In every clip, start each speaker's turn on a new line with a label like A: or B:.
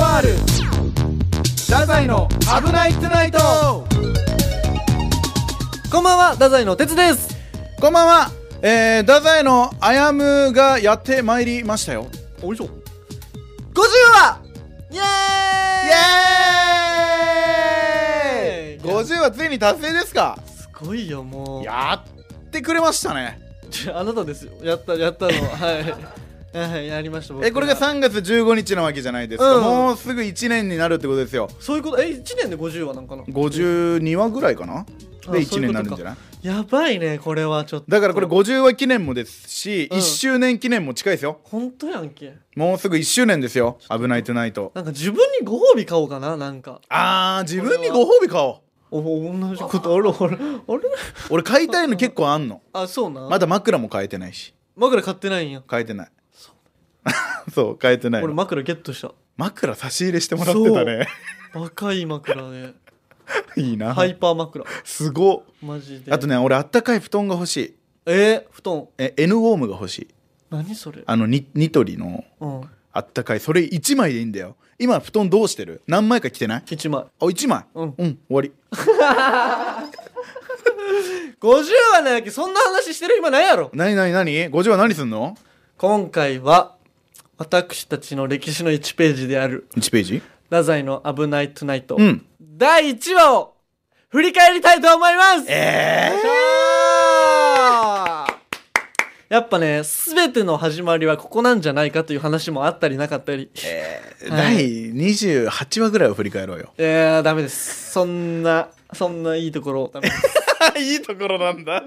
A: まる太宰の危ないトゥナイト
B: こんばんは、太宰の哲です。
A: こんばんはえー、太宰のあやむがやってまいりましたよ
B: おいしょ。50話イエ
A: イ
B: イエ
A: エーイ
B: ーイ
A: 50はついに達成ですか
B: ーイすごいよ、もう。
A: やってくれましたね
B: あなたですよ。やった、やった の。はい。はい、やりました、僕
A: えこれが3月15日なわけじゃないですか、
B: うん
A: もうすぐ1年になるってことですよ
B: そういうこと、え、1年で50話なんかな
A: 52話ぐらいかな
B: あ
A: で1
B: そうい
A: 年
B: うことか
A: になるんじゃない
B: やばいね、これはちょっと。
A: だからこれ、50話記念もですし、
B: うん
A: 1周年記念も近いですよ
B: ほんとやんけ。
A: もうすぐ1周年ですよ「危ないトゥナイト
B: なんか自分にご褒美買おうかな、なんか。」
A: あー自分にご褒美買おう
B: お、同じこと、あれ、あれ、あれ
A: 俺買いたいの結構あんの
B: あ、そうな。
A: まだ枕も変えてないし
B: 枕買ってないんや。
A: 変えてない そう変えてない
B: 俺、枕ゲットした。
A: 枕差し入れしてもらってたね
B: 若い枕で、
A: いいな、
B: ハイパー枕。
A: すごっ
B: マジで。
A: あとね俺あったかい布団が欲しい
B: えー、布団。
A: え N ウォームが欲しい
B: 何それ
A: あのニニトリの
B: うん。
A: あったかいそれ1枚でいいんだよ今布団どうしてる何枚か着てない
B: 一枚。
A: あ1枚
B: うん
A: 終わり
B: 50話なんやけ、そんな話してる暇ないやろ。
A: なになになに50は何すんの
B: 今回は、私たちの歴史の1ページである、
A: 1ページ
B: 太宰の危ないトゥナイト、
A: うん
B: 第1話を振り返りたいと思います
A: ええ
B: やっぱね、すべての始まりはここなんじゃないかという話もあったりなかったり。
A: ー
B: はい
A: 第28話ぐらいを振り返ろうよ
B: いやー、ダメです。そんな、そんないいところ、ダメです。
A: いいところなんだ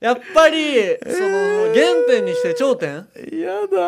B: やっぱ り、その、原点にして頂点
A: やだ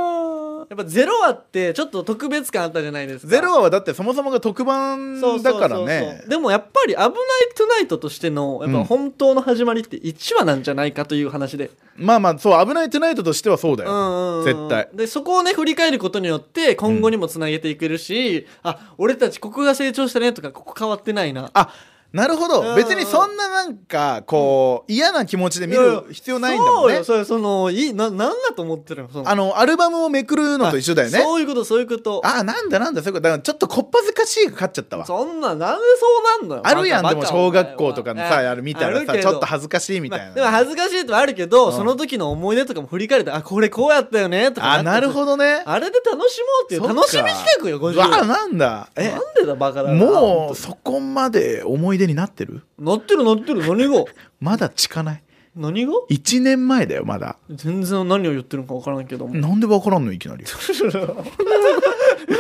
B: やっぱゼロ話ってちょっと特別感あったじゃないですか。
A: ゼロ話はだってそもそもが特番
B: そうそう
A: だ
B: そう
A: か
B: そう
A: らね
B: でもやっぱり「危ないトゥナイト」としてのやっ
A: うん
B: ぱ本当の始まりって1話なんじゃないかという話で、
A: まあまあそう「危ないトゥナイト」としてはそうだ
B: う
A: よ、
B: んうんうん
A: 絶対
B: でそこをね振り返ることによって今後にもつなげていけるし、あ俺たちここが成長したねとかここ変わってないな
A: あなるほ
B: うんう
A: ど
B: ん
A: 別にそんななんかこう、嫌な気持ちで見る必要ないんだもん
B: そう
A: ね
B: よそれそのいいななんだと思ってるのその
A: あのアルバムをめくるのと一緒だよね
B: そういうことそういうこと
A: あなんだなんだそういうことだからちょっとこっぱずかしいが勝っちゃったわ
B: そんななんでそうなんのよ
A: あるやん
B: バカ
A: でも
B: バカ
A: 小学校とかの
B: お前
A: さ
B: は
A: あれ見た
B: あ
A: ら
B: る
A: さ
B: けど
A: ちょっと恥ずかしいみたいな、
B: まあでも恥ずかしいとはあるけど、
A: うん
B: その時の思い出とかも振り返るとあこれこうやったよねとか
A: あなるほどね
B: あれで楽しもうっていう
A: そっか
B: 楽しみ企画よ50
A: わあなんだえ
B: なんでだバカだな
A: もう
B: 本
A: そこまで思い出になってる
B: 当に乗ってる乗ってる何 が
A: まだ近ない
B: 何が
A: 1年前だよまだ
B: 全然何を言ってるのか分からんけども
A: なんでわからんのいきなり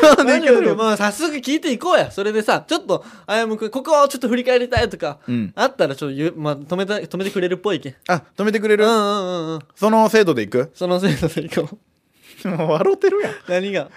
A: なん
B: 何
A: でいきな
B: よ
A: り
B: りもまあ早速聞いていこうやそれでさちょっとあやむくんここをちょっと振り返りたいとか、
A: うん
B: あったらちょっとゆ、まあ、止めた止めてくれるっぽいけん
A: あ止めてくれ
B: うん
A: る、
B: うんうんうん
A: その制度でいく
B: そのせいでいこう
A: 笑うてるやん
B: 何 が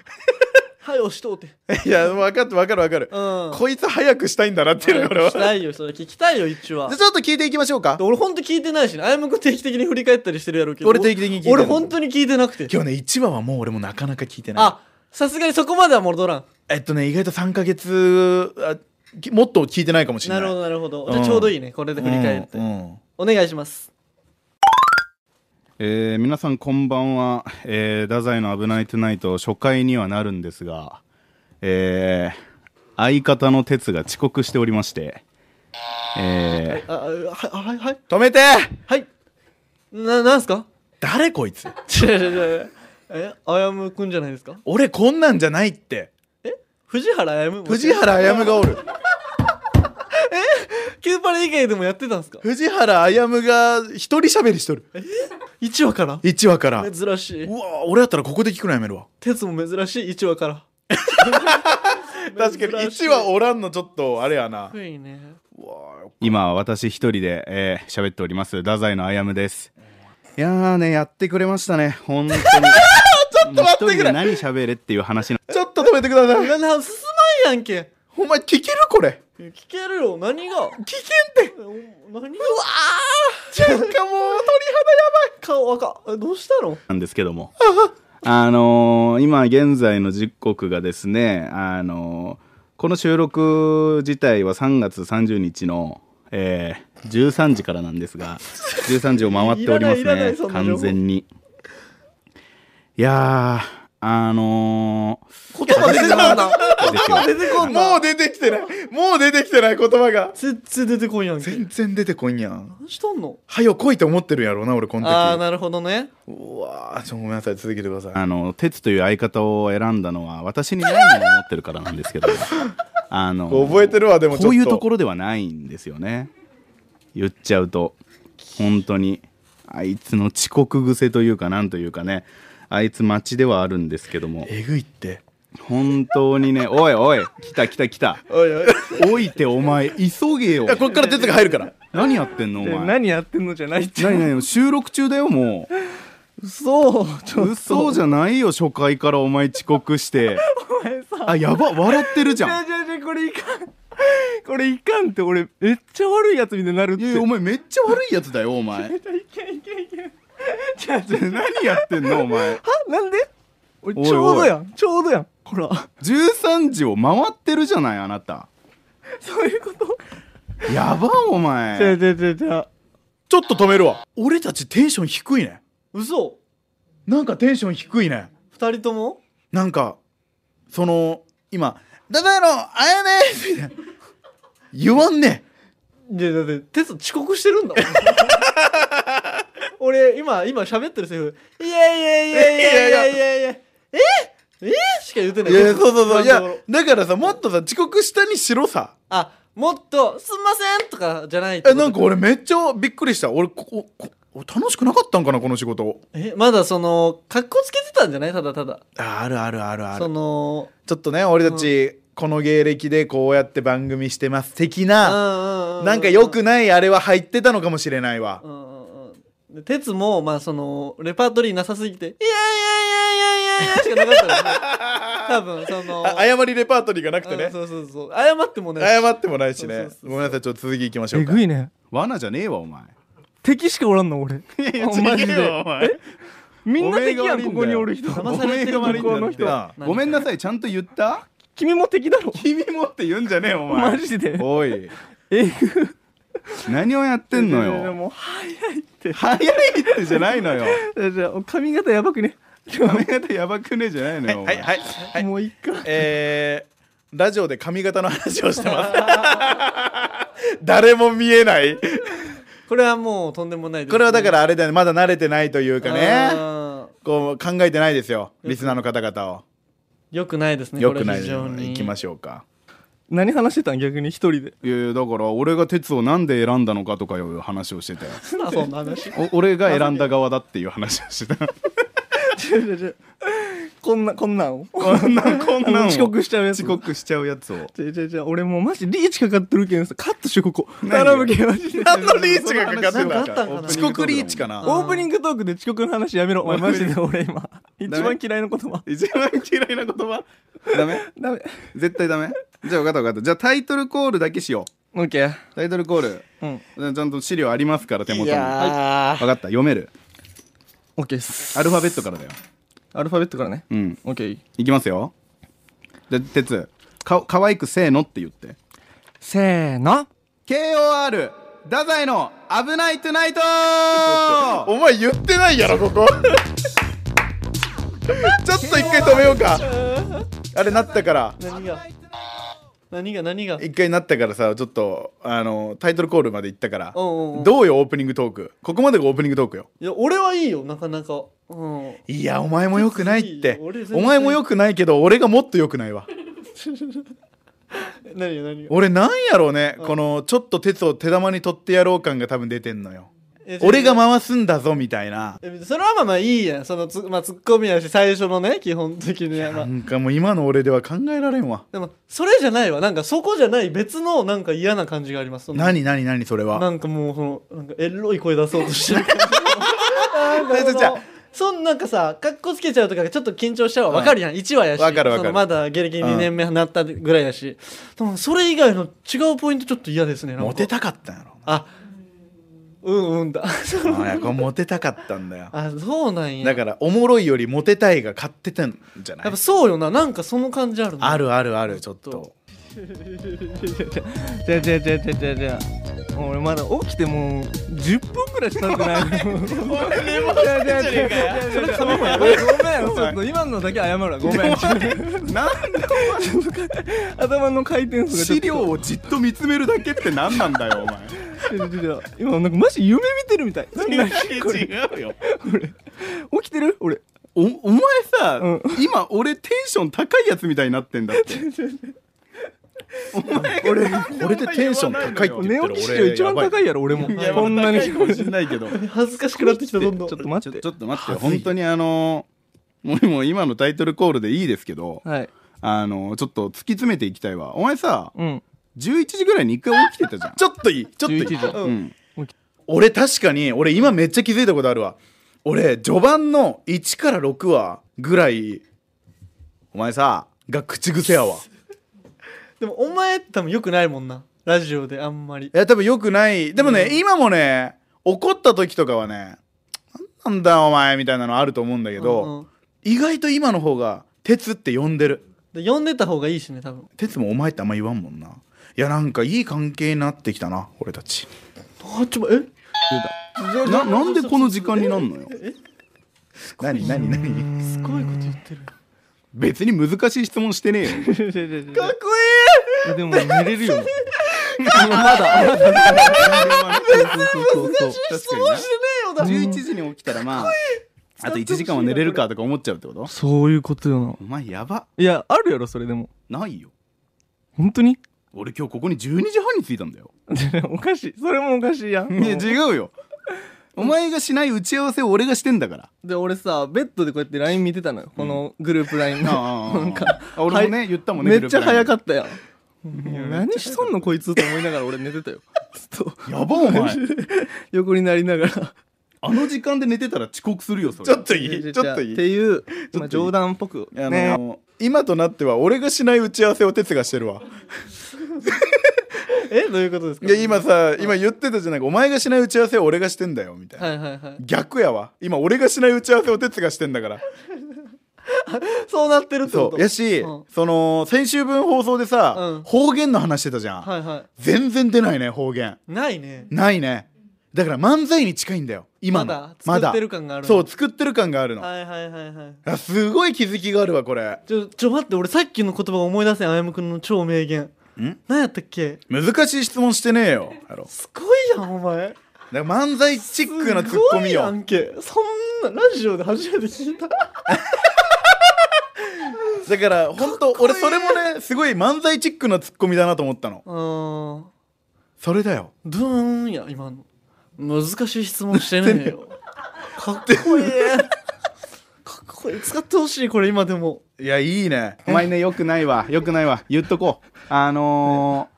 B: はい押しとうて
A: いや分かって分かる分かる、
B: うん
A: こいつ早くしたいんだなっていうの俺は
B: し
A: じゃ
B: たいよそれ聞きたいよ一話
A: あちょっと聞いていきましょうか
B: で俺ほんと聞いてないしねあやむくん定期的に振り返ったりしてるやろうけど
A: 俺定期的に聞いてる
B: 俺ほんとに聞いてなくて
A: 今日ね1話はもう俺もなかなか聞いてない
B: あさすがにそこまでは戻らん
A: えっとね意外と3ヶ月あきもっと聞いてないかもしれな
B: ないるほどなるほど、
A: うん
B: じゃあちょうどいいねこれで振り返って、
A: うんうん
B: お願いします
C: えー皆さんこんばんは、えー、太宰の「危ないトゥナイト」初回にはなるんですが、えー相方の哲が遅刻しておりまして、え
B: ああはいはいはい
A: 止めて
B: はいななんす か
A: 誰こいつ
B: 違う違う違うえあやむくんじゃないですか
A: 俺こんなんじゃないって
B: 藤原あやむ
A: 藤原あやむがおる
B: キューパレ以外でもやってたんですか
A: 藤原あやむが一人喋りしとる
B: 1話から
A: 1話から
B: 珍しいう
A: わ俺やったらここで聞くのやめるわ
B: 鉄も珍しい1話から
A: 確かに1話おらんのちょっとあれやな
B: 低いね
C: ー今私一人で喋、えー、喋っております太宰のあやむですいやーねやってくれましたね 本当に
A: ちょっと待ってくれ
C: もう一人で何喋れっていう話な
A: ちょっと止めてください
B: なな進まんやんけ
A: お前聞けるこれ
B: 聞けるよ何が
A: 聞けんって
B: お何が
A: なんかもう鳥肌やばい
B: 顔赤えどうしたの
C: んですけどもあのー今現在の時刻がですね、あのーこの収録自体は3月30日の、えー13時からなんですが13時を回っております
B: いらないいらない
C: ね
B: そんな情報
C: 完全にいやあの
B: 言葉出てこんな。
C: ー、ですよ
B: 出てこんな。
A: もう出てきてないもう出てきてない言葉が
B: 全然出てこんやんけ。
A: 全然出てこんやん
B: 何しとんの
A: はよ来いと思ってるやろうな俺この
B: ああ、
A: 時
B: なるほどね。
A: うわーちょっとごめんなさい続けてください
C: あの、鉄という相方を選んだのは、私に何を思ってるからなんですけど、あの、
A: 覚えてるわでもちょっと
C: こういうとこ
A: ろ
C: ろではないんですよね。言っちゃうと、本当に。あいつの遅刻癖というか、なんというかね、あいつ待ちではあるんですけども、
A: えぐいって
C: 本当にね、おいおい、来た来た来た。
A: おいおい
C: おいてお前、急げよ。
A: こっから鉄が入る から
C: 何やってんのお前。
D: 何やってんのじゃないって
C: 何何収録中だよ、もう。
D: 嘘ちょっ
C: 嘘じゃないよ初回からお前遅刻してあやば笑ってるじゃん
D: とじゃじゃこれいかんこれいかんって俺めっちゃ悪いやつみたいになるって
C: いやいやお前めっちゃ悪いやつだよお前
D: いけんいけんいけん じゃじゃ
C: 何やってんのお前
D: あなんで俺
C: おいおい
D: ちょうどやんちょうどやんほら
C: 13時を回ってるじゃないあなた
D: そういうこと
C: やばお
D: じゃ
C: 前
D: じゃじゃじゃ
A: ちょっと止めるわ俺たちテンション低いね
B: 嘘
A: なんかテンション低いね
B: 二人とも
A: なんかその今「だだのあやね」みたいな言わんね
B: いやだって哲遅刻してるんだ もん俺今今喋ってるセリフ「いやいやいやいやいやいやいやええしか言ってない
A: いやそうそうそういや
B: 今のところ
A: だからさもっとさ遅刻したにしろさ
B: あもっと「すんません」とかじゃないって
A: え
B: こと
A: なんか俺めっちゃびっくりした俺ここここ楽しくなかったんかなこの仕事
B: えまだそのかっこつけてたんじゃないただただ
A: ああるあるあるあ
B: その
A: ちょっとね俺たちこの芸歴でこうやって番組してます的
B: う
A: なん
B: うんうん
A: なんか良くないあれは入ってたのかもしれないわ
B: うんうんうんで哲もまあそのレパートリーなさすぎて「いやいやいやいやいやいや」しかなかったよね多分その
A: あ謝りレパートリーがなくて
B: う
A: ね
B: んそうそうそう謝ってもね
A: 謝ってもないし
B: そう
A: ね
B: そうそう
A: ごめんなさいちょっと続きいきましょ
D: え
A: うか
D: ぐ いね
C: 罠じゃねえわお前
D: 敵しかおらんの俺マジで
C: え
D: みんな敵や
C: おめえが悪いんだ
D: ん
C: よ
D: ここにおる人
B: 騙されてる
D: おめえが悪いんだよ
C: だってな
B: 人
C: ごめんなさいちゃんと言った
D: 君も敵だろ
C: 君もって言うんじゃねえよお
D: マ
C: 前
D: ジで
C: おい
D: えぐっ
C: 何をやってんのよ
D: もう早いって
C: 早いってじゃないのよ
D: じゃじゃ髪型やばくね
C: 髪型やばくねえじゃないのよお
A: はい
C: 前
A: はいはい
D: もういいか
A: えー、ラジオで髪型の話をしてます 誰も見えない
B: これはもうとんでもないです
A: これはだからあれだよねまだ慣れてないというかね
B: あ
A: こう考えてないですよリスナーの方々を
B: ーよくないですね
A: よくな
B: これ
A: いで
B: 非
A: す
B: 常
A: よ
B: に
A: 行きましょうか
D: 何話してたん逆に一人で
C: いやいやだから俺が鉄をなんで選んだのかとかいう話をして たよ
B: すなそんな話
C: お俺が選んだ側だっていう話をしてた
D: 違う違う違うこんな こんなんを
C: こんなんこんなんを
D: 遅刻しちゃうやつ
C: 遅刻しちゃうやつを
D: 違う違う違う俺もうマジリーチかかってるけんさカットしようここ
C: 何が
D: 頼むけんマジで
A: 何のリーチがかかって
C: そ
A: ん
C: の
A: だ
C: 話
B: なんかあったんかな
A: 遅刻リーチかな
D: オープニングトークで遅刻の話やめろお前マジで俺今一番嫌いな言葉
C: 一番嫌いな言葉ダメ
D: ダメ
C: 絶対ダメじゃあ分かった分かったじゃあタイトルコールだけしよ
D: オッケー
C: うタイトルコール
D: うん
C: ちゃんと資料ありますから手元に分
B: や
C: かった読める
D: オッケーっす
C: アルファベットからだよ
D: アルファベットからね
C: うん
D: オッケー
C: いきますよじゃあ鉄か可愛くせーのって言って
D: せーの
C: KOR 太宰の「危ないトゥナイトー」
A: お前言ってないやろここ ちょっと一回止めようかあれなったから
B: 何が何が何が
A: 一回なったからさちょっとあのタイトルコールまで行ったから
B: うんうんうん
A: どうよオープニングトークここまでがオープニングトークよ
B: いや俺はいいよなかなかうん
A: いやお前もよくないって
B: 別に俺全然
A: お前もよくないけど俺がもっとよくないわ
B: 何が何が
A: 俺なんやろうねこのちょっと鉄を手玉に取ってやろう感が多分出てんのよ
B: え
A: 俺が回すんだぞみたいな
B: えそれはまあまあいいやんそのつ、まあ、ツッコミやし最初のね基本的には、ま
A: な
B: あ、
A: んかもう今の俺では考えられんわ
B: でもそれじゃないわなんかそこじゃない別のなんか嫌な感じがありますその
A: 何何何それ
B: な
A: は
B: んかもうそのなんかエロい声出そうとしてるなんか
A: 大丈夫じゃん
B: そんなんかさかっこつけちゃうとかちょっと緊張しちゃうわわかるやん1話やし
A: わかるわかる
B: そのまだ芸歴2年目になったぐらいやし、でもそれ以外の違うポイントちょっと嫌ですねなんか
A: モテたかったんやろ
B: あうんうんだ その
A: あいやこれモテたかったんだよ
B: あそうなんや
A: だからおもろいよりモテたいが勝ってたんじゃな
B: やっ
A: い
B: ぱそうよななんかその感じあるね
A: あるあるあるちょっと
D: じゃじゃじゃじゃじゃじゃ俺まだ起きてもう10分くらいしか経ってない俺寝坊してんじゃねえかよそれごめんちょっと今のだけ謝るわごめん
C: なんで
D: 頭の回転数
C: 資
D: がち
C: 料
D: ょっ
C: をじっと見つめるだけって何なんだよお前
D: とちょちょちょ今なんかマジ夢見てるみたい何これ
C: 違うよ
D: 起きてる俺
C: おお前さ、
D: うん
C: 今俺テンション高いやつみたいになってんだってお前俺
A: これでテンション高いって言って
D: 寝起きして一番高いやろ俺もこんなに
C: 高いかもしんないけど
B: 恥ずかしくなってきたどんどん
D: ちょっと待っ
C: ちょ
D: て
C: ちょっと待って本当にあのもうもう今のタイトルコールでいいですけど
D: はい
C: あのちょっと突き詰めていきたいわお前さ
D: うん
C: 11時ぐらいに一回起きてたじゃん
A: ちょっといいちょっといい
D: 11時
C: うん
A: 俺確かに俺今めっちゃ気づいたことあるわ俺序盤の1から6話ぐらいお前さが口癖やわ
B: でもお前多分よくないもんなラジオであんまり
A: いや多分よくないでもね、今もね怒った時とかはねなんなんだお前みたいなのあると思うんだけど、
B: うんうん
A: 意外と今の方が「鉄」って呼んでる
B: で呼んでた方がいいしね多分
A: 鉄もお前ってあんま言わんもんないやなんかいい関係になってきたな俺たち
B: あちょっとえ
C: ななんでこの時間になんのよ
A: 何何何
B: すごいこと言ってる
C: 別に難しい質問してねえよ
D: か
B: かっこ
D: でも寝れるよ。もうまだ。そうそうそう
B: いい質問
C: 確かに
B: し
C: な
B: てねえよだ
C: 11時に起きたらまああと1時間は寝れるかとか思っちゃうってこと
D: そういうことよな。
C: お前やば
D: いや、あるやろ、それでも。
C: ないよ
D: 本当に
C: 俺今日ここに12時半に着いたんだよ
D: おかしい。それもおかしいやん。
C: いや違うよお前がしない打ち合わせを俺がしてんだから
D: で、俺さ、ベッドでこうやって LINE 見てたのよ。このグループ LINE
C: あ
D: の。
C: あ
D: なんか、
C: あ俺もね言ったもんね
D: めっちゃ早か
C: っ
D: ったよ。もう何しとんのこいつと思いながら俺寝てたよ。 ずっと
C: たやば お前
D: 横になりながら。
C: あの時間で寝てたら遅刻するよそれ
A: ちょっといい
D: じゃあ
A: ちょっといい
D: っていう、まあ冗談っぽく。
A: あの、
D: ね。
A: 今となっては俺がしない打ち合わせを哲がしてるわ
B: えどういうことですか
A: いや今さ今言ってたじゃないかお前がしない打ち合わせを俺がしてんだよみたいな、
B: はいはいはい
A: 逆やわ今俺がしない打ち合わせを哲がしてんだから
B: そうなってるってこ
A: そ
B: と
A: うやし、
B: うん
A: その先週分放送でさ、
B: うん
A: 方言の話してたじゃん、
B: はいは
A: 全然出ないね方言
B: いないね
A: ないねだから漫才に近いんだよ今
B: ま
A: の
B: だ作ってる感があ
A: まだ
B: る
A: そう作ってる感があるの、
B: はいはいはいはい
A: あすごい気づきがあるわこれ
B: ちょちょ待って俺さっきの言葉を思い出せんあやむくんの超名言
A: ん
B: 何やったっけ
A: 難しい質問してねえよやろ
B: すごいやんお前
A: だから漫才チックなツッコ
B: す
A: ミ
B: ごいや
A: よ
B: んけそんなラジオで初めて聞いた
A: だから本当俺それもねすごい漫才チックなツッコミだなと思ったの
B: うーん
A: それだよ
B: ドゥーンや今の難しい質問してねえよ かっこいいかっこいい使ってほしいこれ今でも
A: いやいいね
C: お前ねよくないわよくないわ言っとこうあの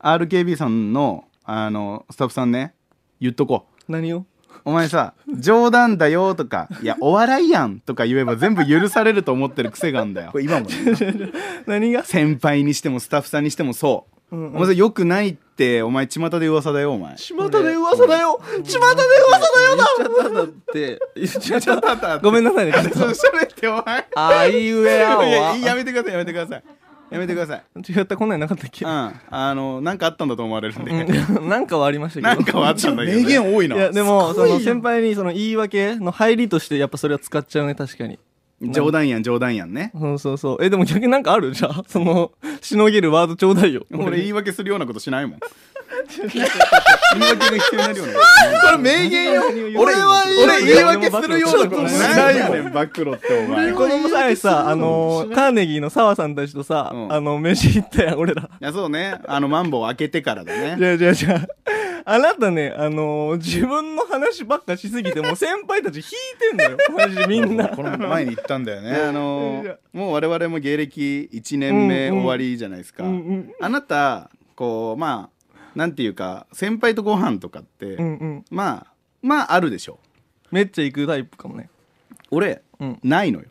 C: ー RKB さんの、あのースタッフさんね言っとこう
D: 何を
C: お前さ冗談だよとかいやお笑いやんとか言えば全部許されると思ってる癖があんだよ
A: これ今もね
D: 何が
C: 先輩にしてもスタッフさんにしてもそう、
D: うんうん
C: お前さよくないってお前巷で噂だよお前
B: 巷で噂だよ巷で噂だよ
D: 言っちゃったんだって。 言っちゃった。
C: ただ
D: ごめんなさいね。
C: ち ょっと喋ってお前
D: あいうえあお
C: いや
D: はい
C: やめてくださいやめてくださいやめてください
D: 違った、こんなんなかったっけ
C: うんあのなんかあったんだと思われるんで、
D: うんなんかはありましたけど。
C: なんかはあったんだけど、
A: 名言多いない
D: や、でも、
B: すご
D: そ
B: いよ
D: の先輩にその言い訳の入りとして、やっぱそれは使っちゃうね、確かに。
C: 冗談やん冗談やんね
D: そうそうそう。え、でも逆になんかあるじ ゃあ、その、しのげるワードちょ うだいよ。
C: 俺言
D: い
C: い訳するようなことしないもん言い訳が必要になるようなこ
A: これ名言よ俺は
D: 俺
A: 俺
D: 言
A: 言
D: い
A: い
D: 訳
A: 訳
D: す
A: す
D: る
A: る
D: よ
A: よ
D: う
A: う
D: な
A: なこ
D: こ
A: とと
D: し
A: し
C: な
A: ないい
C: よ
A: よ
C: ね
A: ね
C: ん暴露ってお前い
D: この前さ、あのー、カーネギーの澤さんたちとさ、
C: うん
D: あの、飯行ったや ん、俺ら。
C: やそうねあのマンボウ開けてからだね
D: じゃあじゃあじゃあ。あなたね、あのー、自分の話ばっかしすぎて、もう先輩たち引いてんだ よ。マジみんな。
A: この前に言ったんだよ
C: ね
A: ね
C: あの
D: いや
C: もう我々も芸歴1年目
D: うんうん
C: 終わりじゃないですか、
D: うんうん
C: あなたこうまあなんていうか先輩とご飯とかって、
D: うんうん。
C: まあまああるでしょ
D: めっちゃ行くタイプかも ね。
C: 俺、
D: うん
C: ないのよ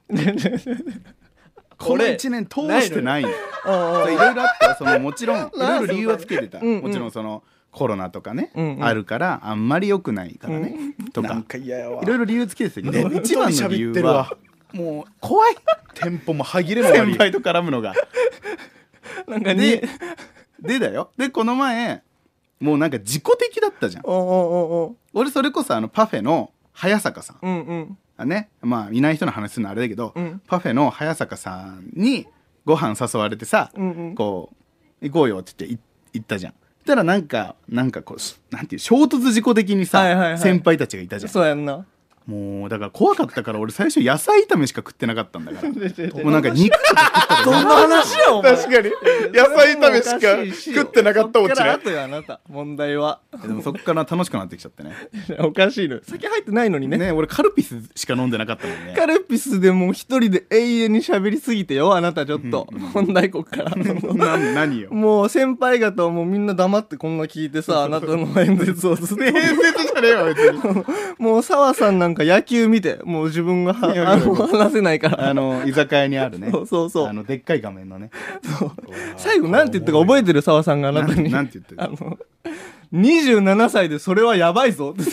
C: この
B: 俺
C: 1年通してないの
D: あ
C: そういろいろあったよそのもちろ んいろいろ理由はつけてた、
D: んうん
C: もちろんそのコロナとかね、
D: うんうん
C: あるからあんまり良くないからね、と
A: なんか
C: か
A: 嫌やわ
C: いろいろ理由つけてたけど、
A: ね
C: 一番の理由は
A: もう怖いテンポも歯切れも悪
C: 先
A: い
C: 輩と絡むのが
D: なんかね
C: ででだよでこの前もうなんか自己的だったじゃん
D: おうお
C: 俺それこそあのパフェの早坂さん
D: うおううんうん
C: あねまあいない人の話するのあれだけど、
D: うん
C: パフェの早坂さんにご飯誘われてさ、
D: うんうん
C: こう行こうよって言ってい行ったじゃんそしたらなんかなんかこうすなんていう衝突事故的にさ、
D: はいはいはい
C: 先輩たちがいたじゃん
D: そうやんな
C: もうだから怖かったから俺最初野菜炒めしか食ってなかったんだ からもうなんか肉とか食った
D: どんな話やお前
A: 確かに野菜炒めしか食ってなかった
D: お
A: オ
D: かしいし
A: チ
D: そ
A: ね
D: っから後よあなた問題は
C: でもそっから楽しくなってきちゃってね
D: おかしいの酒入ってないのにね
C: ね俺カルピスしか飲んでなかったもんね
D: カルピスでもう一人で永遠に喋りすぎてよあなたちょっと問題こっから
C: な何 よ
D: もう先輩方はもうみんな黙ってこんな聞い てさあなたの演説をずっと
C: 伝説じゃねえわ別に
D: もう澤さんなんか野球見てもう自分がはあの話せないから
C: あの居酒屋にあるね
D: そうそうそう
C: あのでっかい画面のね
D: 最後なんて言ったか覚えてる澤さんがあなたに
C: なんてなんて言
D: あの27歳でそれはやばいぞって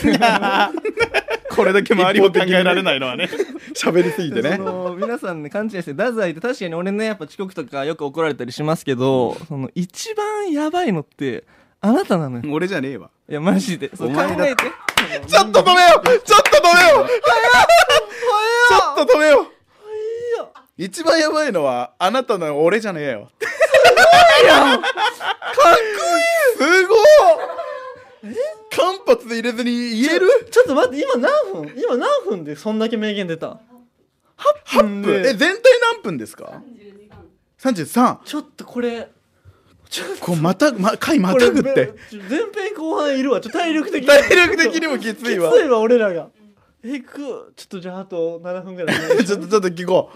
C: これだけ周りを考えられないのはね
A: 喋りすぎてね
D: その皆さんね勘違いして太宰って確かに俺ねやっぱ遅刻とかよく怒られたりしますけどその一番やばいのってあなたなの よ
C: 俺じゃねえわ
D: いやマジでそ
C: お
D: う考
C: 前だ
D: えて
A: ちょっと止めようちょっと止めようちょっと止め よう一番やばいのはあなたの俺じゃねえよすごいやんかっこいいすごい間髪で入れずに言える
B: ちょっと待って今何分今何分でそんだけ名言出た
A: 8分え全体何分ですか33
B: ちょっとこれ
A: こうまた、ま、回ま
B: こ
A: た
B: れ
A: ぐって
B: ちょ前編後半いるわちょっと体力的に
A: 体力的にもきついわ
B: きついわ俺らがえぐちょっとじゃああと7分ぐらい
A: ちょっとちょっと聞こ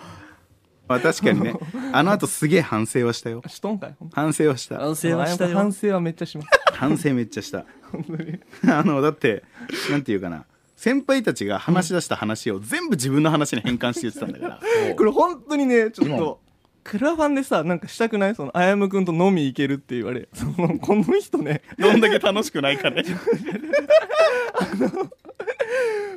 C: まあ確か にねあの後すげえ反省はしたよ
D: しとんかい
C: 反省はした
D: 反省はめっちゃします
C: 反省めっちゃした
D: 本当に
C: あのだってなんていうかな先輩たちが話し出した話を全部自分の話に変換して言ってたんだから
D: これ本当にねちょっとクラファンでさなんかしたくないそのあやむくんと飲み行けるって言われそ のこの人ね
C: どんだけ楽しくないかね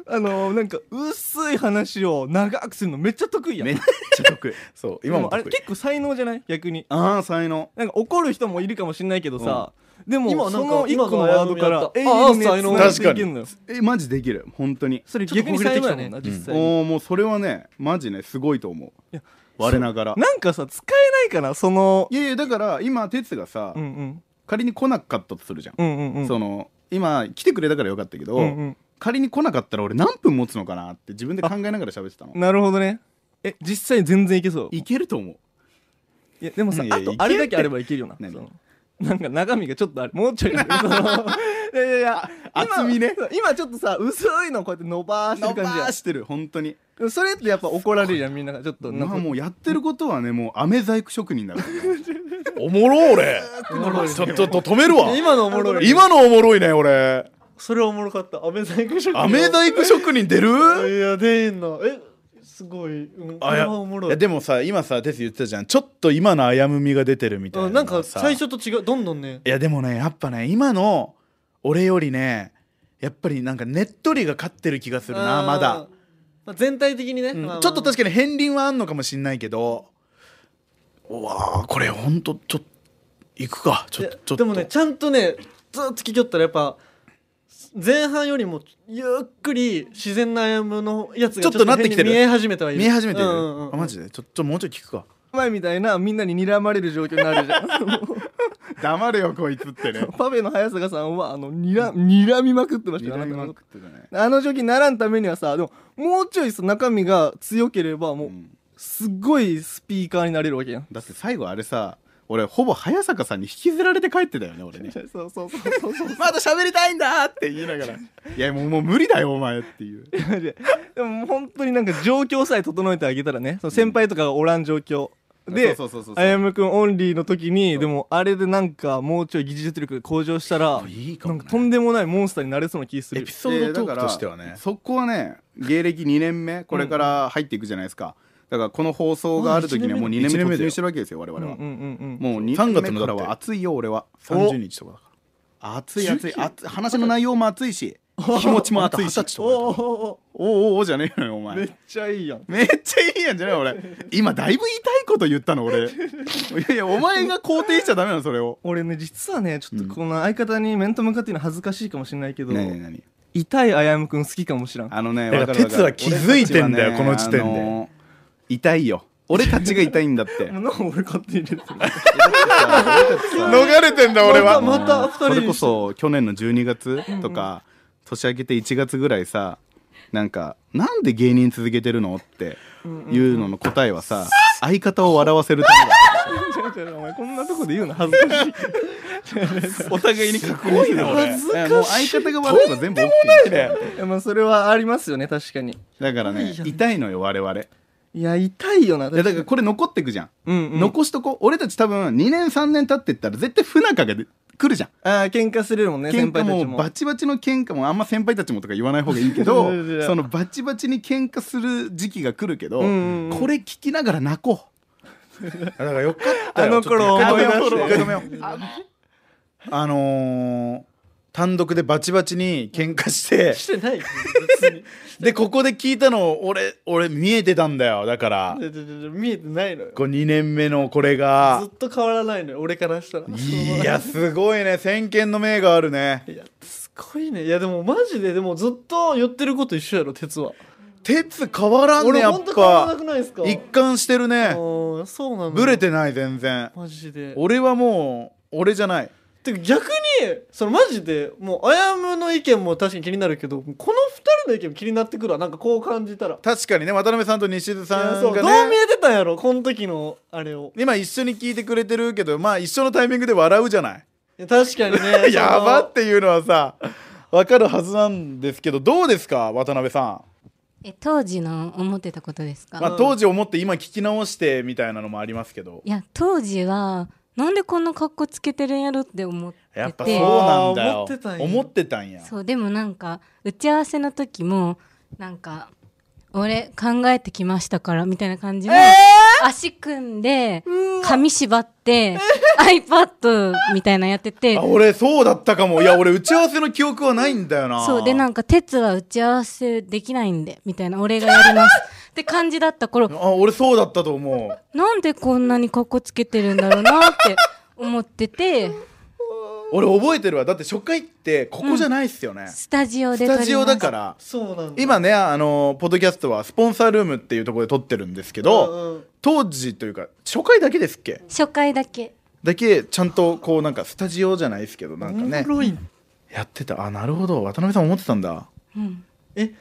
D: あのなんか薄い話を長くするのめっちゃ得意や ん
C: めっちゃ得意
A: そう
D: で
A: 今も
D: もあれ
A: 得意
D: 結構才能じゃない逆に
C: ああ才能
D: なんか怒る人もいるかもしれないけどさ、でも
B: 今なんか
D: その一個のワードから永
B: 今のあや
D: 遠
B: む
D: に
B: に
D: ね
B: やった
D: 繋がっていけんのよ
C: えマジできる本当に
D: それ逆に才能やね
B: ちょ
D: な実際に、
C: おおもうそれはねマジねすごいと思う
D: や
C: 我ながら
D: なんかさ使えないかなその
C: いやいやだから今哲がさ、
D: うんうん
C: 仮に来なかったとするじゃん、
D: うんうんうん
C: その今来てくれたからよかったけど、
D: うん
C: 仮に来なかったら俺何分持つのかなって自分で考えながら喋ってたの
D: うんなるほどねえ実際全然いけそう
C: いけると思う
D: いやでもさ
C: いや
D: あ
C: いや
D: と
C: いけるって
D: あれだけあればいけるよな
C: 何
D: そのなんか中身がちょっとあるもうちょいあるそのいやいやいや今
C: 厚みね
D: 今ちょっとさ薄いのこうやって伸ばしてる感じや
C: 伸ばしてる本当に
D: でもそれってやっぱ怒られるやんみんながちょっと
C: ま
D: なん
C: あ
D: か
C: もうやってることはねもう飴細工職人だから ね
A: おもろ俺ちょちょっと止めるわ
B: 今のおもろい
A: 今のおもろいね俺
B: それおもろかったアメ細工職人
A: 飴細工職人出る
B: いや出んのえすごい、うん、こ
A: あい
B: れ
A: や
B: はおもろ
A: い
B: い
A: やでもさ今さテス言ってたじゃんちょっと今の危むみが出てるみたいな
B: う
A: の
B: ん、
A: が
B: なんか
A: さ
B: 最初と違うどんどんね
A: いやでもねやっぱね今の俺よりねやっぱりなんかねっとりが勝ってる気がするな
B: あー
A: まだ、
B: まあ、全体的にね、
A: うん
B: まあまあ
A: ちょっと確かに片鱗はあんのかもしんないけどうわーこれほんとちょっと行くかちょっとちょっと
B: でもねちゃんとねずっと聞きよったらやっぱ前半よりもゆっくり自然な歩むのやつが
A: ちょっとなってきてる
B: ちょっと変に見え始めてはいる
A: 見え始めてる、
B: うんうんうん
A: あマジでちょっともうちょい聞くか
D: 前みたいなみんなに睨まれる状況になるじゃん
C: 黙れよこいつって ね
D: パフェの早坂さんはあの睨睨みまくってましたよ
C: 睨み
D: あなた
C: ま
D: の
C: くってたね
D: あの状況にならんためにはさでももうちょいさ中身が強ければもう、
C: ん
D: すっごいスピーカーになれるわけやん
C: だって最後あれさ俺ほぼ早坂さんに引きずられて帰ってたよね俺 ね
D: そうそうそうそうそう
C: まだ喋りたいんだって言いながらいやもうもう無理だよお前っていう
D: ででも本当になんか状況さえ整えてあげたらねその先輩とかがおらん状況、で
C: そうそうそうそう
D: あやむくんオンリーの時にでもあれでなんかもうちょい技術力が向上したら
A: いいか
D: な
A: もね
D: んかとんでもないモンスターになれそうな気す
A: エ
D: る
A: ピソードトー
C: でだ
A: ク
C: から
A: としてはね
C: そこはね芸歴2年目これから入っていくじゃないですか、だからこの放送がある時にはもう2年目
A: 一年目
C: 突
A: だよ
C: 入してるわけですよ我々は、
D: うんうんうん
C: もう2
A: 三
C: 年
A: 月
C: 目
A: の
C: か
A: だ
C: ら
A: って
C: は暑いよ俺は
A: 30日とかだか
C: 暑い暑い暑い話の内容も暑いし
A: 気持ちも熱いし
B: あんた二十歳とか
A: おおおじゃねえのよお
D: め
A: 前
D: っちゃいいやん
A: めっちゃいいやんじゃない俺今だいぶ言いたいこと言ったの俺いやいやお前が肯定しちゃダメなのそれを
D: 俺ね実はねちょっとこの相方に面と向かって言うの恥ずかしいかもしれないけど、
C: 何何何
D: 痛いあやむくん好きかもしらん
C: あのね
A: だから
C: わかるわかる
A: 哲は気づいてんだよ
C: 俺たちはね
A: この時点で
C: あの痛いよ俺たちが痛いん だって
D: もうなんか俺勝手に入れてる
A: 逃れてんだ俺は
B: また二人
C: それこそ去年の12月とか年明けて1月ぐらいさなんかなんで芸人続けてるのっていうのの答えはさ相方を笑わせるためだ
D: 違う違うお前こんなとこで言うの恥ずかしい
A: お互いに確認してた俺
B: 恥ずかしい
C: もう相方が笑えば全部 OK
D: いやまあそれはありますよね確かに
C: だからね痛いのよ我々い
D: いや痛いよな
C: やだからこれ残ってくじゃん、
D: うん、うん、
C: 残しとこう俺たち多分2年3年経ってったら絶対不仲がで来るじゃん
D: あー喧嘩するもんね
C: 喧嘩
D: 先輩た
C: も
D: ち
C: う
D: も
C: バチバチの喧嘩もあんま先輩たちもとか言わない方がいいけど
D: いやいやいや
C: そのバチバチに喧嘩する時期が来るけど、
D: うんうんうん
C: これ聞きながら泣こ
A: だからよかった
D: あ
A: よ
D: の頃
A: ちょっと
D: 思い
A: 一
D: 出
A: 回
D: して
A: 止めよう一回止めようあのー単独でバチバチに喧嘩して
B: してないよ別 に
A: でここで聞いたの俺俺見えてたんだよだから
B: でででで見えてないのよ
A: こう2年目のこれ
B: ず
A: が
B: っと変わらないのよ俺からしたら
A: いやすごいね先見の明があるね
B: いやすごいねいやでもマジででもずっと言ってること一緒やろ鉄は
A: 鉄変わらんね
B: 俺
A: や
B: ほ
A: っ
B: んと変わらな
A: ぱ
B: くないですか
A: 一貫してる
B: あ
A: ね
B: ーそうなの
A: ブレてない全然
B: マジで
A: 俺はもう俺じゃない
B: てか逆にそのマジでもうあやむの意見も確かに気になるけどこの二人の意見も気になってくるわなんかこう感じたら
A: 確かにね渡辺さんと西津
B: い
A: さ
B: や
A: ん
B: そうど
A: が
B: う見
A: ね
B: えてたんやろこの時のあれを
A: 今一緒に聞いてくれてるけどまあ一緒のタイミングで笑うじゃない
B: いや確 かにね
A: やばっていうのはさ分かるはずなんですけどどうですか渡辺さ
E: え当時の思ってたことですか、
A: ん、まあ、当時思って今聞き直してみたいなのもありますけど
E: いや当時はなんでこんな格好つけてるんやろって思ってて
A: やっぱそうなんだ
B: あー思
A: よ
B: ってたんや
A: 思ってたんや
E: そうでもなんか打ち合わせの時もなんか俺考えてきましたからみたいな感じの、足組んで髪縛って、iPad みたいなやってて
A: あ俺そうだったかもいや俺打ち合わせの記憶はないんだよな
E: そうでなんか「鉄は打ち合わせできないんで」みたいな「俺がやり ます」って感じだった頃
A: あ俺そうだったと思う
E: なんでこんなに格好つけてるんだろうなって思ってて
A: 俺覚えてるわだって初回ってここじゃないっすよね、ス
E: スタジオで撮りました
A: タジオだから
B: そうなんだ
A: 今ねあのポッドキャストはスポンサールームっていうところで撮ってるんですけど、
B: うんうん
A: 当時というか初回だけですっけ
E: 初回だけ
A: だけちゃんとこうなんかスタジオじゃないですけどなんか
B: 面
A: ね
B: 白い
A: やってたあなるほど渡辺さん思ってたんだ
E: うん
B: え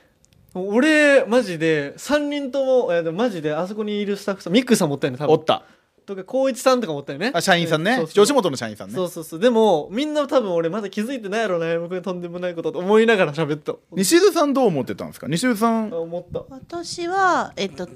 B: 俺マジで3人ともいやでもマジであそこにいるスタッフさんミックさんもおったよね多分
A: おった
B: とか光一さんとかもおったよね
A: あ社員さん
B: う
A: ね
B: そうそう
A: 吉本の社員さんね
B: そうそうそうでもみんな多分俺まだ気づいてないやろなやむくんとんでもないことと思いながら喋った
A: 西津さんどう思ってたんですか西津さん
B: あ思った
F: 私はえっと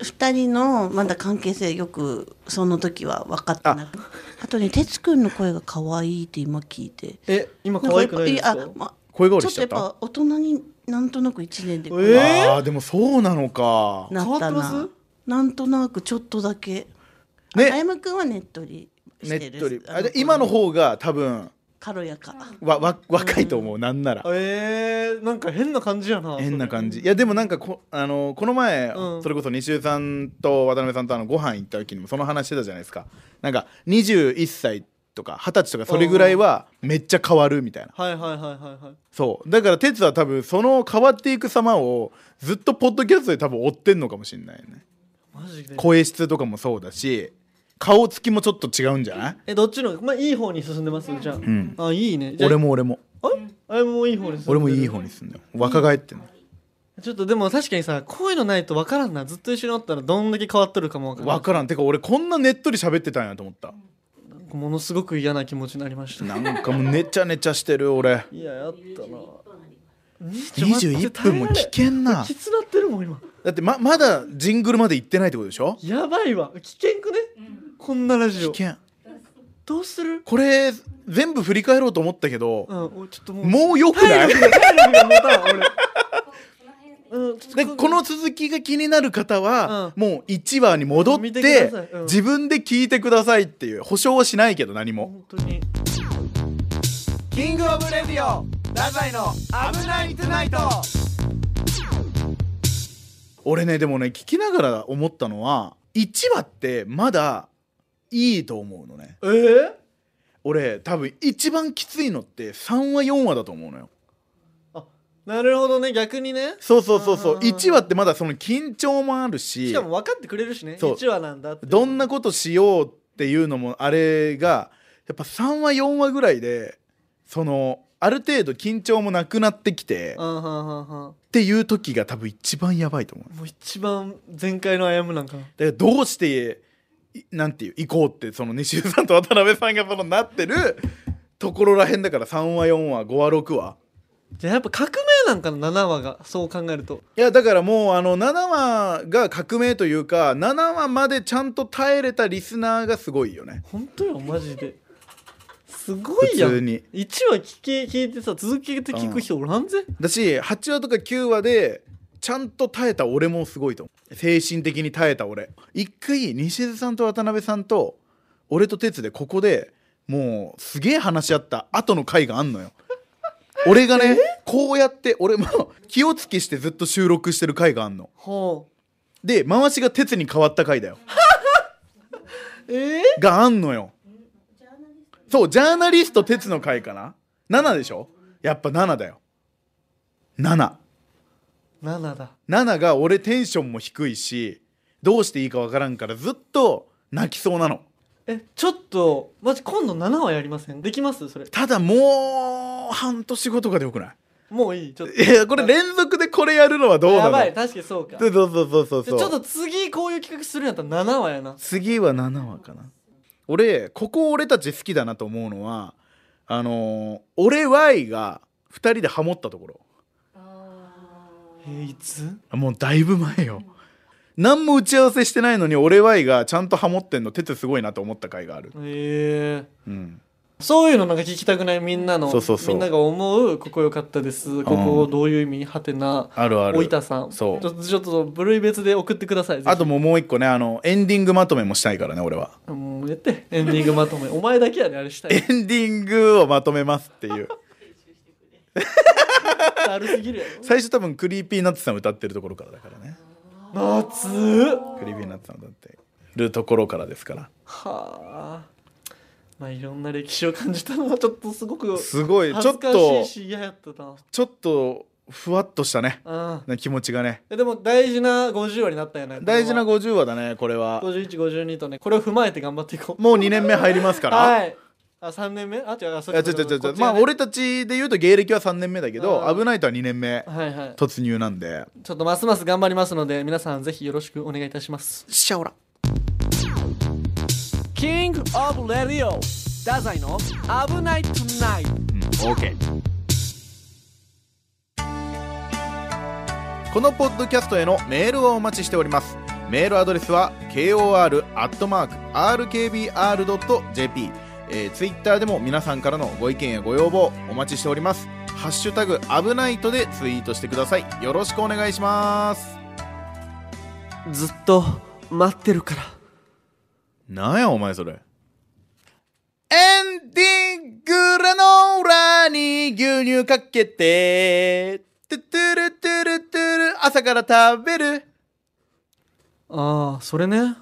F: 2人のまだ関係性よくその時は分かってなくあとね哲くんの声が可愛いって今聞いて
B: え今可愛くないですか
F: んやっぱあ
A: 声変
F: ま
A: わ
F: ち
A: り
F: ょっ
A: し
F: と
A: ちゃ
F: や
A: っ
F: ったぱ大人になんとなく1年でこう
B: えー
A: ああでもそうなのか
F: なった
B: 変わってま
F: な
B: す
F: なんとなくちょっとだけあ
A: ね
F: やむくんはねっとり
A: ね
F: し
A: って
F: る
A: とり
F: あ
A: あ
F: の
A: で今の方が多分
F: 軽やか
A: わわ若いと思うなんなら
B: えー、なんか変な感じやな
A: 変な感じい
B: や
A: やでもなんかこあのこの前、
B: うん
A: それこそ西津さんと渡辺さんとあのご飯行った時にもその話してたじゃないですかなんか21歳とか二十歳とかそれぐらいはめっちゃ変わるみたいな
B: はいはいはいはいはい
A: そうだから哲は多分その変わっていく様をずっとポッドキャストで多分追ってんのかもしれないよね
B: マジで
A: 声質とかもそうだし顔つきもちょっと違うんじゃない、
B: えどっちのまあいい方に進んでますじゃあ、
A: うん、
B: あいいねじゃあ
A: 俺も俺も
B: ああれもいい方に進んでる
A: 俺もいい方にすんだよ若返ってんの
B: ちょっとでも確かにさこういうのないと分からんなずっと一緒におったらどんだけ変わっとるかも分からん
A: 分からんてか俺こんなねっとり喋ってたんやと思った
B: ものすごく嫌な気持ちになりました
A: なんかもうねちゃねちゃしてる俺
B: いややったな
A: 21分も危険な
B: きつなってるもん今
A: だってままだジングルまで行ってないってことでしょ
B: やばいわ危険くね、こんなラジ
A: 危
B: オ
A: 険
B: どうする
A: これ全部振り返ろうと思ったけど
B: うんおちょっともう
A: もうよくな
B: 体
A: い
B: 力が持たん俺 うんちょっと
A: でこの続きが気になる方は、
B: う
A: もう1話に戻っ
B: 見
A: て
B: てくださいうん
A: 自分で聞いてくださいっていう保証はしないけど何も
B: 本当に
A: キングオブレディオラザイの危ないトゥナイト俺ねでもね聞きながら思ったのは1話ってまだいいと思うのね
B: えー、
A: 俺多分一番きついのって3話4話だと思うのよ
B: なるほどね逆にね
A: そうそうそうそう
B: あー
A: 1話ってまだその緊張もあるし
B: しかも分かってくれるしね
A: そう
B: 1話なんだって
A: どんなことしようっていうのもあれがやっぱ3話4話ぐらいでそのある程度緊張もなくなってきて
B: あ
A: っ
B: んはんはんはんも
A: ていう時が多分一番やばいと思うだか
B: う一番全開の歩むなんかな
A: らどうしていなんていう行こうってその西尾さんと渡辺さんがそのなってるところらへんだから3話4話5話6話
B: じゃあやっぱ革命なんかの7話がそう考えると
A: いやだからもうあの7話が革命というか7話までちゃんと耐えれたリスナーがすごいよね
B: 本当よマジですごいやん
A: 普通に
B: 1話聞き聞いてさ続けて聞く人おらんぜ、
A: だし8話とか9話でちゃんと耐えた俺もすごいと思う精神的に耐えた俺一回西津さんと渡辺さんと俺と哲でここでもうすげえ話し合った後の回があんのよ俺がねこうやって俺も気をつけしてずっと収録してる回があんの
B: ほ
A: で回しが哲に変わった回だよ
B: う えー、
A: があんのよそうジャーナリスト鉄の回かな7でしょやっぱ7だよ77
B: 7だ
A: が俺テンションも低いしどうしていいかわからんからずっと泣きそうなの
B: えちょっとマジ今度7話やりませんできますそれ
A: ただもう半年後とかでよくな
B: もういいちょっと
A: いいやこれ連続でこれやるのはどうな
B: や
A: の
B: ばい確かにそうか
A: そうそうそうそう
B: で
A: そう
B: ちょっと次こういう企画するんやったら7話やな
A: 次は7話かな俺ここ俺たち好きだなと思うのはあのー俺 Y が2人でハモったところ
B: えーいつ
A: もうだいぶ前よ何も打ち合わせしてないのに俺 Y がちゃんとハモってんの鉄すごいなと思った回がある、
B: ええ
A: うん、
B: そういうのなんか聞きたくないみんなの
A: そうそうそう
B: みんなが思うここ良かったですここどういう意味はてな
A: あるある
B: おいたさん
A: そう
B: ちょっとちょっと部類別で送ってくださいぜひ
A: あともうもう一個ねあのエンディングまとめもしたいからね俺は
B: もうやってエンディングまとめお前だけやであれした
A: エ
B: い
A: ンディングをまとめますっていう
B: あるすぎるや
A: 最初多分クリーピーナッツさん歌ってるところからだからね
B: ろ夏
A: クリーピーナッツさん歌ってるところからですから
B: はあまあいろんな歴史を感じたのはちょっとすごく
A: すごいち
B: 恥
A: ょ
B: ず
A: っ
B: か
A: と
B: しいし嫌やったな
A: ちょっとふわっとしたね
B: ああ
A: 気持ちがね
B: えでも大事な50話になったよね
A: 大事な
B: こ
A: 50話だねこれ
B: れ
A: は
B: は5152とねこれを踏まえて頑張っていこう
A: もう2年目入りますから、
B: はいあ3年目あ違うあそ
A: いや違う違う違う、
B: こっち
A: ま
B: が
A: あ
B: ね
A: 俺たちで言うと芸歴は3年目だけど
B: あー
A: 危ないとは2年目
B: はいはい
A: 突入なんで
B: ちょっとますます頑張りますので皆さんぜひよろしくお願いいたします
F: シャオラ
D: キングオブレディオダザイの危ないトゥナイト
A: このポッドキャストへのメールをお待ちしておりますメールアドレスは kor.rkbr.jp えー、ツイッターでも皆さんからのご意見やご要望お待ちしておりますハッシュタグ危ないとでツイートしてくださいよろしくお願いします
D: ずっと待ってるから
A: なんやお前それエンディングラノーラに牛乳かけてトゥトゥルトゥルトゥル朝から食べる
B: ああそれね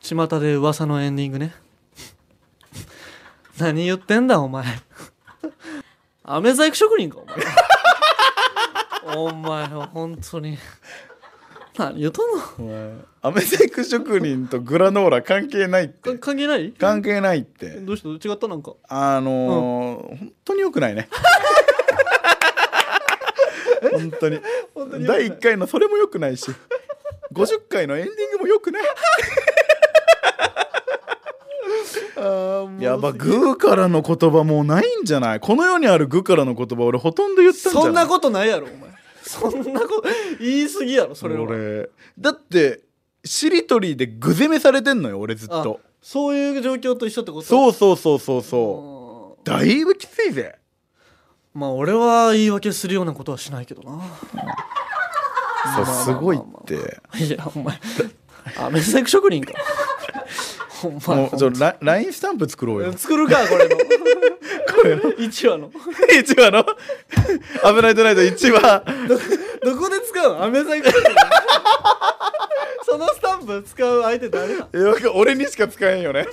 B: 巷で噂のエンディングね 何言ってんだお前飴細工職人かお前お前は本当に何言うとんの
A: アメセク職人とグラノーラ関係ないって
B: か関係ない
A: 関係ないって
B: どうした違ったなんか
A: あのー本当に良くないね本当に第1回のそれも良くないし50回のエンディングも良くないやばグーからの言葉もうないんじゃないこの世にあるグーからの言葉俺ほとんど言ったんじゃない
B: そんなことないやろお前 そんなこと言い過ぎやろそれは
A: 俺だってしりとりで具攻めされてんのよ俺ずっ
B: あ
A: と
B: そういう状況と一緒ってこと
A: そうそうそうそうそ
B: う
A: うだいぶきついぜ
B: んまあ俺は言い訳するようなことはしないけどな
A: そうすごいって
B: いや、お前、あ、メ細工職人か。 お前
A: もう、ちょラ LINE スタンプ作ろうよ
B: 作るか、これの。
A: こ声の
B: 一話の
A: 1話の 「危ないトナイト」1話
B: どこで使うのアメザイそのスタンプ使う相手誰だ
A: よく 俺にしか使えんよね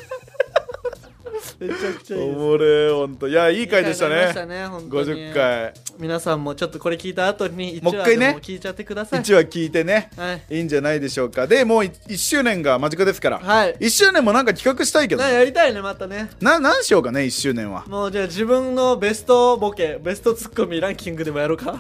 B: めちゃくちゃい
A: お
B: いです
A: もれほんといやいい回でした
B: いい回になりま
A: ね
B: したね本当に
A: 50回
B: 皆さんもちょっとこれ聞いた後に一
A: もう
B: 話
A: 一回ね
B: でも聞いちゃってください
A: 1話聞いてね
B: はい
A: いいんじゃないでしょうかでもう1周年が間近ですから、
B: はい
A: 1周年もなんか企画したいけど
B: なやりたいねまたね
A: な何しようかね1周年は
B: もうじゃあ自分のベストボケベストツッコミランキングでもやろう か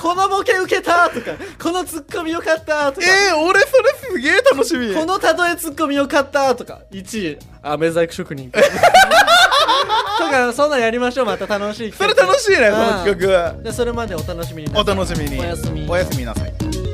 B: このボケ受けたとかこのツッコミよかったとか、
A: えー、俺それすげえ楽しみ
B: この例えツッコミよかったとか1位あメ細工職 人とかそんなんやりましょうまた楽しい
A: それ楽しい
B: う
A: ねその
B: ん
A: 企画
B: じゃあそれまでお楽しみに
A: お楽しみに
B: おやすみ
A: おやすみなさい